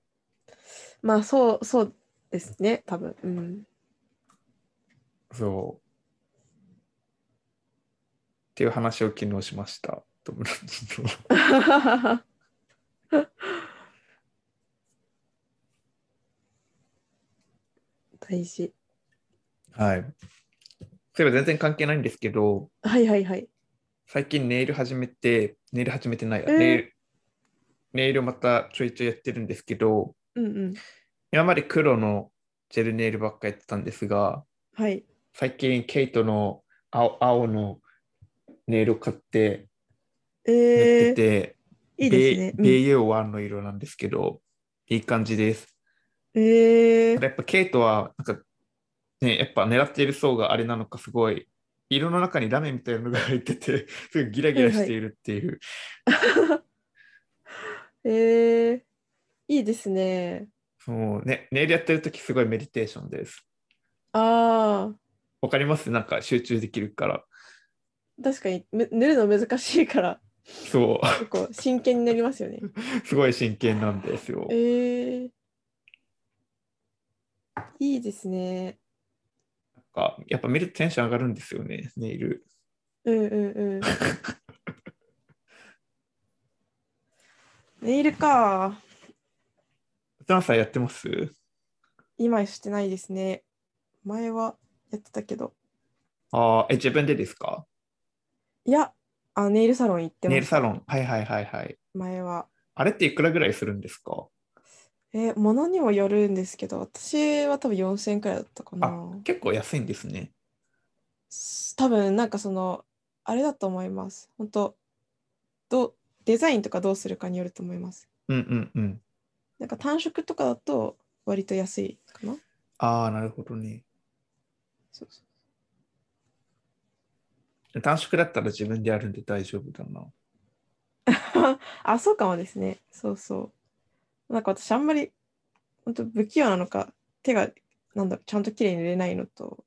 Speaker 1: まあそう、そうですね、多分。うん
Speaker 2: そう。っていう話を昨日しました。 友達と。
Speaker 1: 大事。
Speaker 2: はい。そういえば全然関係ないんですけど、
Speaker 1: はいはいはい。
Speaker 2: 最近ネイル始めて、ネイル始めてないや、
Speaker 1: えー
Speaker 2: ネイル、ネイルまたちょいちょいやってるんですけど、
Speaker 1: うんうん。
Speaker 2: 今まで黒のジェルネイルばっかやってたんですが、
Speaker 1: はい。
Speaker 2: 最近ケイトの青青のネイルを買って
Speaker 1: え
Speaker 2: 塗って
Speaker 1: ー、
Speaker 2: て、
Speaker 1: いいですね。うん
Speaker 2: ベイユーワンの色なんですけど、いい感じです。
Speaker 1: え
Speaker 2: た
Speaker 1: ー、
Speaker 2: だやっぱケイトはなんか、ね、やっぱ狙っている層があれなのかすごい色の中にラメみたいなのが入っててすごいギラギラしているっていう、
Speaker 1: えー、いいですね。
Speaker 2: そうね、ネイルやってる時すごいメディテーションです
Speaker 1: ああ、
Speaker 2: わかりますなんか集中できるから
Speaker 1: 確かにむ塗るの難しい から、
Speaker 2: そう
Speaker 1: 結構真剣になりますよね。
Speaker 2: すごい真剣なんですよ、
Speaker 1: えー、いいですね。
Speaker 2: なんかやっぱ見るとテンション上がるんですよねネイル
Speaker 1: うんうんうん。ネイルか。
Speaker 2: ジャンさんやってます
Speaker 1: 今してないですね。前はやってたけど。
Speaker 2: ああ、え、自分でですか
Speaker 1: いや、あネイルサロン行って
Speaker 2: ネイ
Speaker 1: ま
Speaker 2: ル
Speaker 1: し
Speaker 2: サ
Speaker 1: た。
Speaker 2: ロン。はいはいはいはい。
Speaker 1: 前は。
Speaker 2: あれっていくらぐらいするんですか
Speaker 1: え、ものにもよるんですけど、私は多分4000円くらいだったかな。
Speaker 2: 結構安いんですね。
Speaker 1: す多分なんかその、あれだと思います。本当どうデザインとかどうするかによると思います。
Speaker 2: うんうんうん。
Speaker 1: なんか単色とかだと割と安いかな。
Speaker 2: ああ、なるほどね。
Speaker 1: そうそう
Speaker 2: 短縮だったら自分でやるんで大丈夫だな。
Speaker 1: あ、そうかもですね。そうそう。なんか私あんまり、本当不器用なのか、手がなんだろうちゃんときれいに入れないのと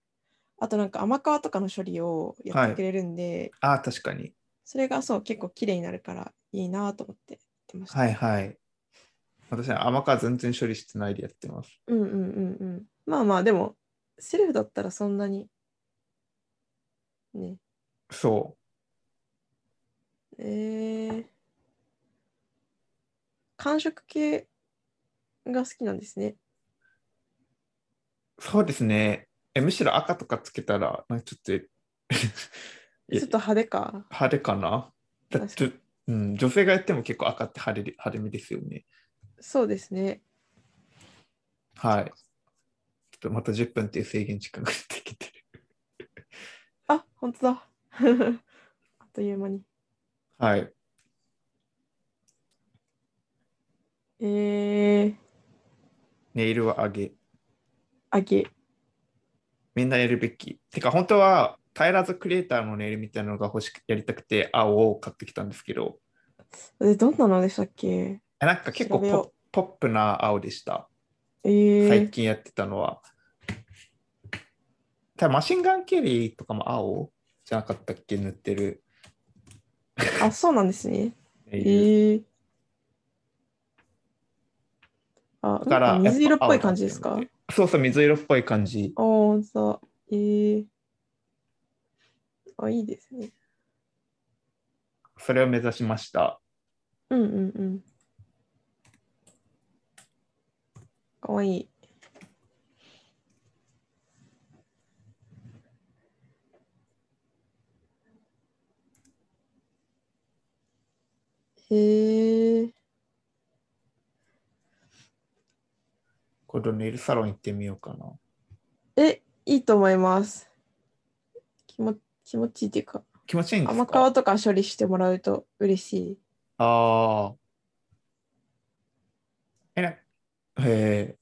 Speaker 1: あとなんか甘皮とかの処理をやってくれるんで、
Speaker 2: ああ、確かに。
Speaker 1: それがそう結構きれいになるからいいなと思ってやってました。
Speaker 2: はいはい。私は甘皮全然処理してないでやってます。
Speaker 1: うんうんうんうん。まあまあでもセルフだったらそんなにね
Speaker 2: そ
Speaker 1: えー、感触系が好きなんですね。
Speaker 2: う。そうですね。えむしろ赤とかつけたら、なんかちょっと いや、
Speaker 1: ちょっと派手か。
Speaker 2: 派手かなだ
Speaker 1: 確か
Speaker 2: って、うん、女性がやっても結構赤って派手で派手めですよね。
Speaker 1: そうですね。
Speaker 2: はい。ちょっとまた10分っていう制限時間が出てきてる。
Speaker 1: あ本当だ。 あっという間に。
Speaker 2: はい。
Speaker 1: えー、
Speaker 2: ネイルは上げ。
Speaker 1: あげ。
Speaker 2: みんなやるべき。てか、本当は、タイラーズクリエイターのネイルみたいなのが欲しくやりたくて、青を買ってきたんですけど、
Speaker 1: えどんなのでしたっけ
Speaker 2: えなんか結
Speaker 1: 調
Speaker 2: 構ポ
Speaker 1: べ
Speaker 2: ッ
Speaker 1: よ
Speaker 2: ポップな青でした。
Speaker 1: えー、
Speaker 2: 最近やってたのは。ただマシンガンケリーとかも青じゃなかったっけ塗ってる。
Speaker 1: あそうなんですね。え
Speaker 2: ネイル
Speaker 1: ー、あ
Speaker 2: だから
Speaker 1: なんか水色っぽい
Speaker 2: やぱ青
Speaker 1: 感じですか
Speaker 2: なんよねそうそう、水色っぽい感じ。
Speaker 1: あ本当だ。えー、あいいですね。
Speaker 2: それを目指しました。
Speaker 1: うんうんうん。かわいい。へえ。
Speaker 2: 今度ネイルサロン行ってみようかな。
Speaker 1: え、いいと思います。気も気持ちいいっていうか、
Speaker 2: 気持ちいいんです
Speaker 1: 甘皮
Speaker 2: か
Speaker 1: とか処理してもらうと嬉しい。
Speaker 2: ああ。えな、へえ。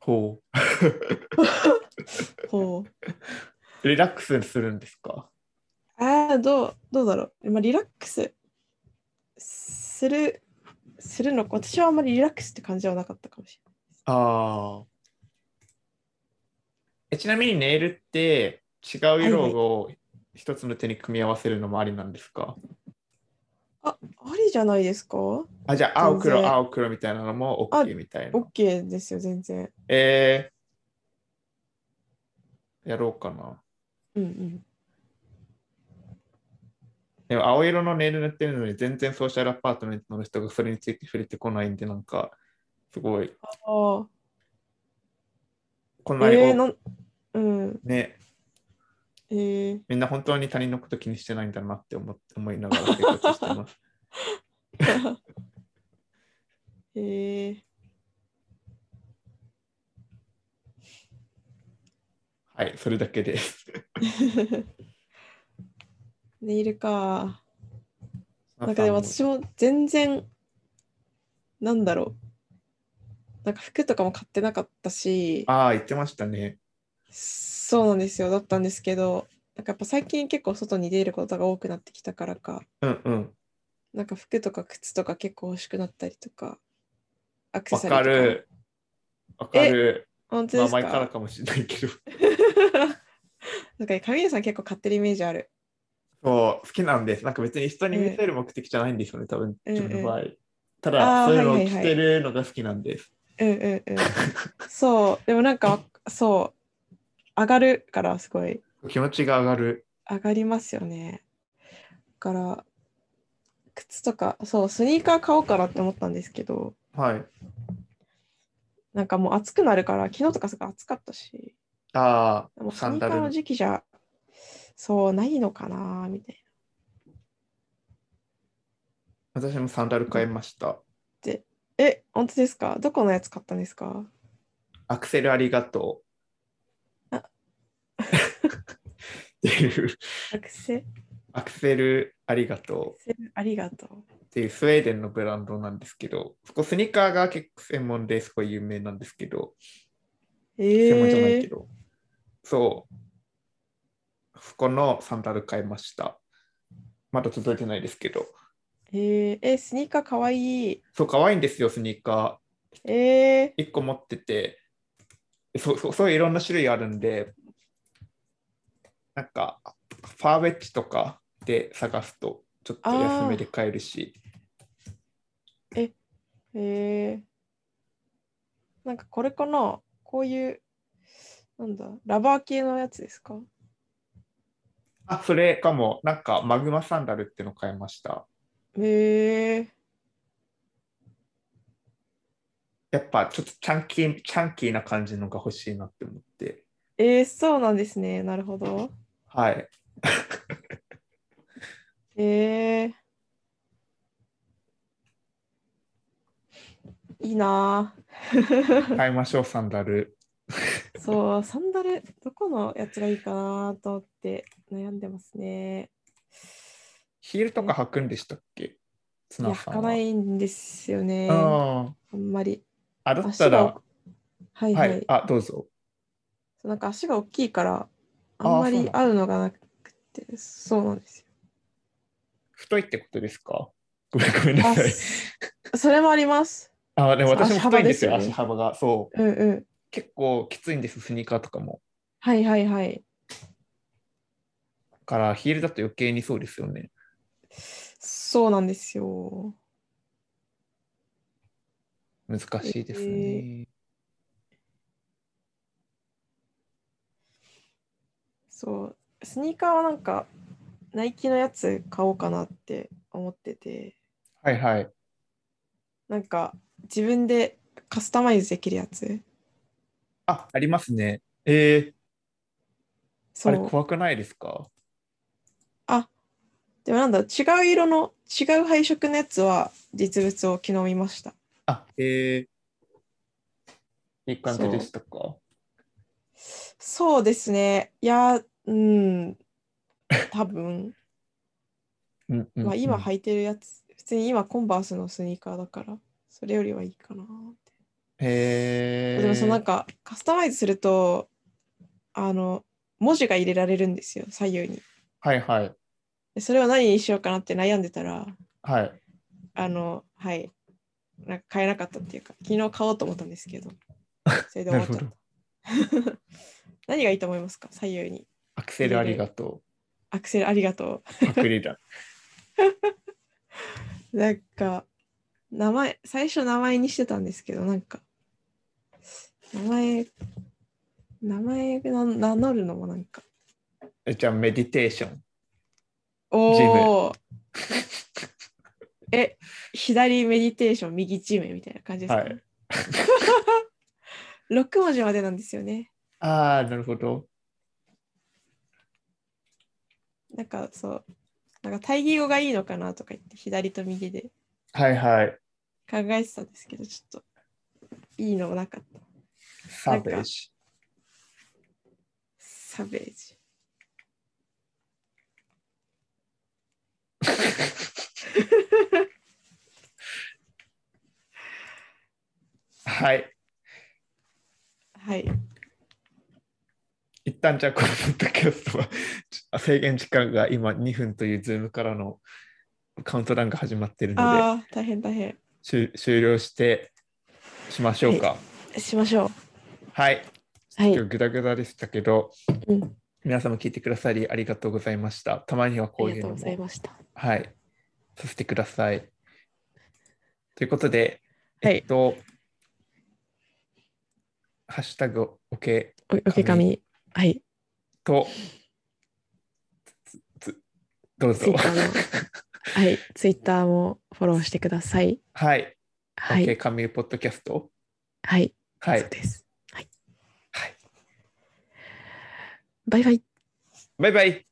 Speaker 2: ほ
Speaker 1: ほう。
Speaker 2: う。リラックスするんですか
Speaker 1: ああ、どう、どうだろう。まあ、リラックスする、するのか。私はあんまりリラックスって感じはなかったかもしれ
Speaker 2: ああ。えちなみにネイルって違う色
Speaker 1: はいはい
Speaker 2: を一つの手に組み合わせるのもありなんですか、
Speaker 1: ない。ありじゃないですか
Speaker 2: あじゃあ青
Speaker 1: 全
Speaker 2: 黒
Speaker 1: 然
Speaker 2: 青黒みたいなのも
Speaker 1: あ
Speaker 2: OK みたいな。
Speaker 1: ?OK ですよ、全然。
Speaker 2: えー、やろうかな。
Speaker 1: うんうん。
Speaker 2: でも青色のネイル塗ってるのに全然ソーシャルアパートメントの人がそれについて触れてこないんでなんかすごい
Speaker 1: あ
Speaker 2: こん
Speaker 1: あ、
Speaker 2: なに、
Speaker 1: えー、
Speaker 2: 多く
Speaker 1: なん、うん、
Speaker 2: ね
Speaker 1: えー、
Speaker 2: みんな本当に他人のこと気にしてないんだなって思って思いながら生活してます。
Speaker 1: えー、
Speaker 2: はい、それだけ です。
Speaker 1: ネイルか。なんかでも私も全然、なんだろう。なんか服とかも買ってなかったし、
Speaker 2: ああ、言ってましたね。
Speaker 1: そうなんですよ。だったんですけど、なんかやっぱ最近結構外に出ることが多くなってきたからか、
Speaker 2: うんうん。
Speaker 1: なんか服とか靴とか結構欲しくなったりとか、アクセ
Speaker 2: わ
Speaker 1: サリー
Speaker 2: か
Speaker 1: とか。
Speaker 2: る。わかる。
Speaker 1: 本当
Speaker 2: ま
Speaker 1: で
Speaker 2: あ
Speaker 1: すか
Speaker 2: 前からかもしれないけど。
Speaker 1: なんか神谷さん結構買ってるイメージある。
Speaker 2: そう、好きなんです。なんか別に人に見せる目的じゃないんですよね、多分
Speaker 1: うん
Speaker 2: 自分の場合。ただ、
Speaker 1: あー
Speaker 2: そういうのを
Speaker 1: はいはい
Speaker 2: 着
Speaker 1: はい
Speaker 2: てるのが好きなんです。
Speaker 1: うんうんうん。そう、でもなんか、そう、上がるからすごい、
Speaker 2: 気持ちが上がる。
Speaker 1: 上がりますよね。だから、靴とか、そう、スニーカー買おうかなって思ったんですけど、
Speaker 2: はい。
Speaker 1: なんかもう暑くなるから、昨日とかすごい暑かったし、
Speaker 2: あ
Speaker 1: も
Speaker 2: あ、
Speaker 1: うス
Speaker 2: サン
Speaker 1: ニー
Speaker 2: ダ
Speaker 1: カーの
Speaker 2: ル。
Speaker 1: 時期じゃ、そう、ないのかな、みたい
Speaker 2: 私もサンダル買いました。
Speaker 1: な。え、本当ですかどこのやつ買ったんですか
Speaker 2: アクセルありがとう。
Speaker 1: あ
Speaker 2: っていう、
Speaker 1: アクセ
Speaker 2: アクセルありがとう。
Speaker 1: セルありがとう。
Speaker 2: っていうスウェーデンのブランドなんですけど、そこスニーカーが結構専門ですごい有名なんですけど、専門じゃない
Speaker 1: え
Speaker 2: けど、そう、そこのサンダル買いました。まだ届いてないですけど、
Speaker 1: ー、えー、え、スニーカーかわいい。
Speaker 2: そう、可愛いんですよ、スニーカ
Speaker 1: えー、
Speaker 2: ー。1個持ってて、そうそうそういういろんな種類あるんで、なんか、ファーベッチとかで探すと、ちょっと安めで買えるし、
Speaker 1: へえ。なんかこれかなこういう、なんだ、ラバー系のやつですか
Speaker 2: あそれかも、なんか、マグマサンダルっての買いました。
Speaker 1: へえ。
Speaker 2: やっぱ、ちょっとチャンキー、チャンキーな感じのが欲しいなって思って、
Speaker 1: えー、そうなんですね。なるほど。
Speaker 2: はい。
Speaker 1: へえ。いいなあ
Speaker 2: 買いましょう、サンダル。
Speaker 1: そう、サンダル、どこのやつがいいかなと思って悩んでますね。
Speaker 2: ヒールとか履くんでしたっけツ
Speaker 1: いや、
Speaker 2: ナさ
Speaker 1: 履
Speaker 2: んは。
Speaker 1: かないんですよね。あ
Speaker 2: あ
Speaker 1: んまり。
Speaker 2: あ、だったら、
Speaker 1: 足はい
Speaker 2: は、
Speaker 1: はいい。
Speaker 2: あ、どうぞ。
Speaker 1: そうなんか足が大きいから、
Speaker 2: あー
Speaker 1: あんま
Speaker 2: そう
Speaker 1: り
Speaker 2: なんだ
Speaker 1: 合うのがなくて、そうなん ですよ。
Speaker 2: 太いってことですかごめんごめんな
Speaker 1: あ
Speaker 2: さい。
Speaker 1: そそれもあります。
Speaker 2: あでも私も
Speaker 1: 足幅
Speaker 2: 太いんですよ、
Speaker 1: ですよね
Speaker 2: 足幅が。そう。
Speaker 1: うんうん。
Speaker 2: 結構きついんです、スニーカーとかも。
Speaker 1: はいはいはい。
Speaker 2: だからヒールだと余計にそうですよね。
Speaker 1: そうなんですよ。
Speaker 2: 難しいですね。
Speaker 1: そう、スニーカーはなんか、ナイキのやつ買おうかなって思ってて、
Speaker 2: はいはい。
Speaker 1: なんか自分でカスタマイズできるやつ。
Speaker 2: あ、ありますね。えー、
Speaker 1: そ
Speaker 2: あれ
Speaker 1: う。
Speaker 2: 怖くないですか
Speaker 1: でもなんだ、違う色の、違う配色のやつは実物を昨日見ました。
Speaker 2: あ、えー、いい感じでしたか
Speaker 1: そうですね。いや、うん、多 分。
Speaker 2: うんうん
Speaker 1: まあ
Speaker 2: うん
Speaker 1: 今履いてるやつ、普通に今コンバースのスニーカーだから、それよりはいいかなって。
Speaker 2: えー、
Speaker 1: でもそのなんかカスタマイズすると、あの、文字が入れられるんですよ、左右に。
Speaker 2: はいはい。
Speaker 1: でそれを何にしようかなって悩んでたら、
Speaker 2: はい。
Speaker 1: あの、はい、なんか買えなかったっていうか、昨日買おうと思ったんですけ ど、それで終わっちゃった。何がいいと思いますか左右に。
Speaker 2: アクセルありがと
Speaker 1: アクセルありがと
Speaker 2: う。パクリ
Speaker 1: う。
Speaker 2: だ。
Speaker 1: なんか、名前、最初名前にしてたんですけど、なんか、名前、名前な名乗るのもなんか、
Speaker 2: えじゃあメディテーション。
Speaker 1: おお え、左メディテーション、右地面みたいな感じですか、
Speaker 2: は い
Speaker 1: ね6文字までなんですよね。
Speaker 2: ああ、なるほど。
Speaker 1: なんかそう、なんか対義語がいいのかなとか言って、左と右で
Speaker 2: はいはい。
Speaker 1: 考えてたんですけど、ちょっといいのなかった。
Speaker 2: サベージ。
Speaker 1: サベージ。
Speaker 2: はい。
Speaker 1: はい。
Speaker 2: 一旦じゃあこのポッドキャストは ちょ制限時間が今2分というズームからのカウントダウンが始まってるので
Speaker 1: ああ、大変大変。
Speaker 2: 終終了してしましょうか。
Speaker 1: しましょう。
Speaker 2: はい。
Speaker 1: はい
Speaker 2: 今日グダグダでしたけど、
Speaker 1: うん
Speaker 2: 皆様聞いてくださりありがとうございました。たまには
Speaker 1: あ
Speaker 2: こう
Speaker 1: り
Speaker 2: いう
Speaker 1: がとう
Speaker 2: の
Speaker 1: ござい
Speaker 2: も、
Speaker 1: ました。
Speaker 2: はい、させてください。ということで、
Speaker 1: は
Speaker 2: え
Speaker 1: い
Speaker 2: っ。と、ハッシュタグオケ
Speaker 1: お受け紙。はい。
Speaker 2: と、つつどう
Speaker 1: ツイ
Speaker 2: ぞ
Speaker 1: ッ。ターの。はい。ツイッターもフォローしてください。
Speaker 2: はい。
Speaker 1: は
Speaker 2: OK
Speaker 1: い。
Speaker 2: カミューポッドキャスト。
Speaker 1: はい。
Speaker 2: はい
Speaker 1: そう。です。
Speaker 2: はい、
Speaker 1: バイバイ。
Speaker 2: バイバイ。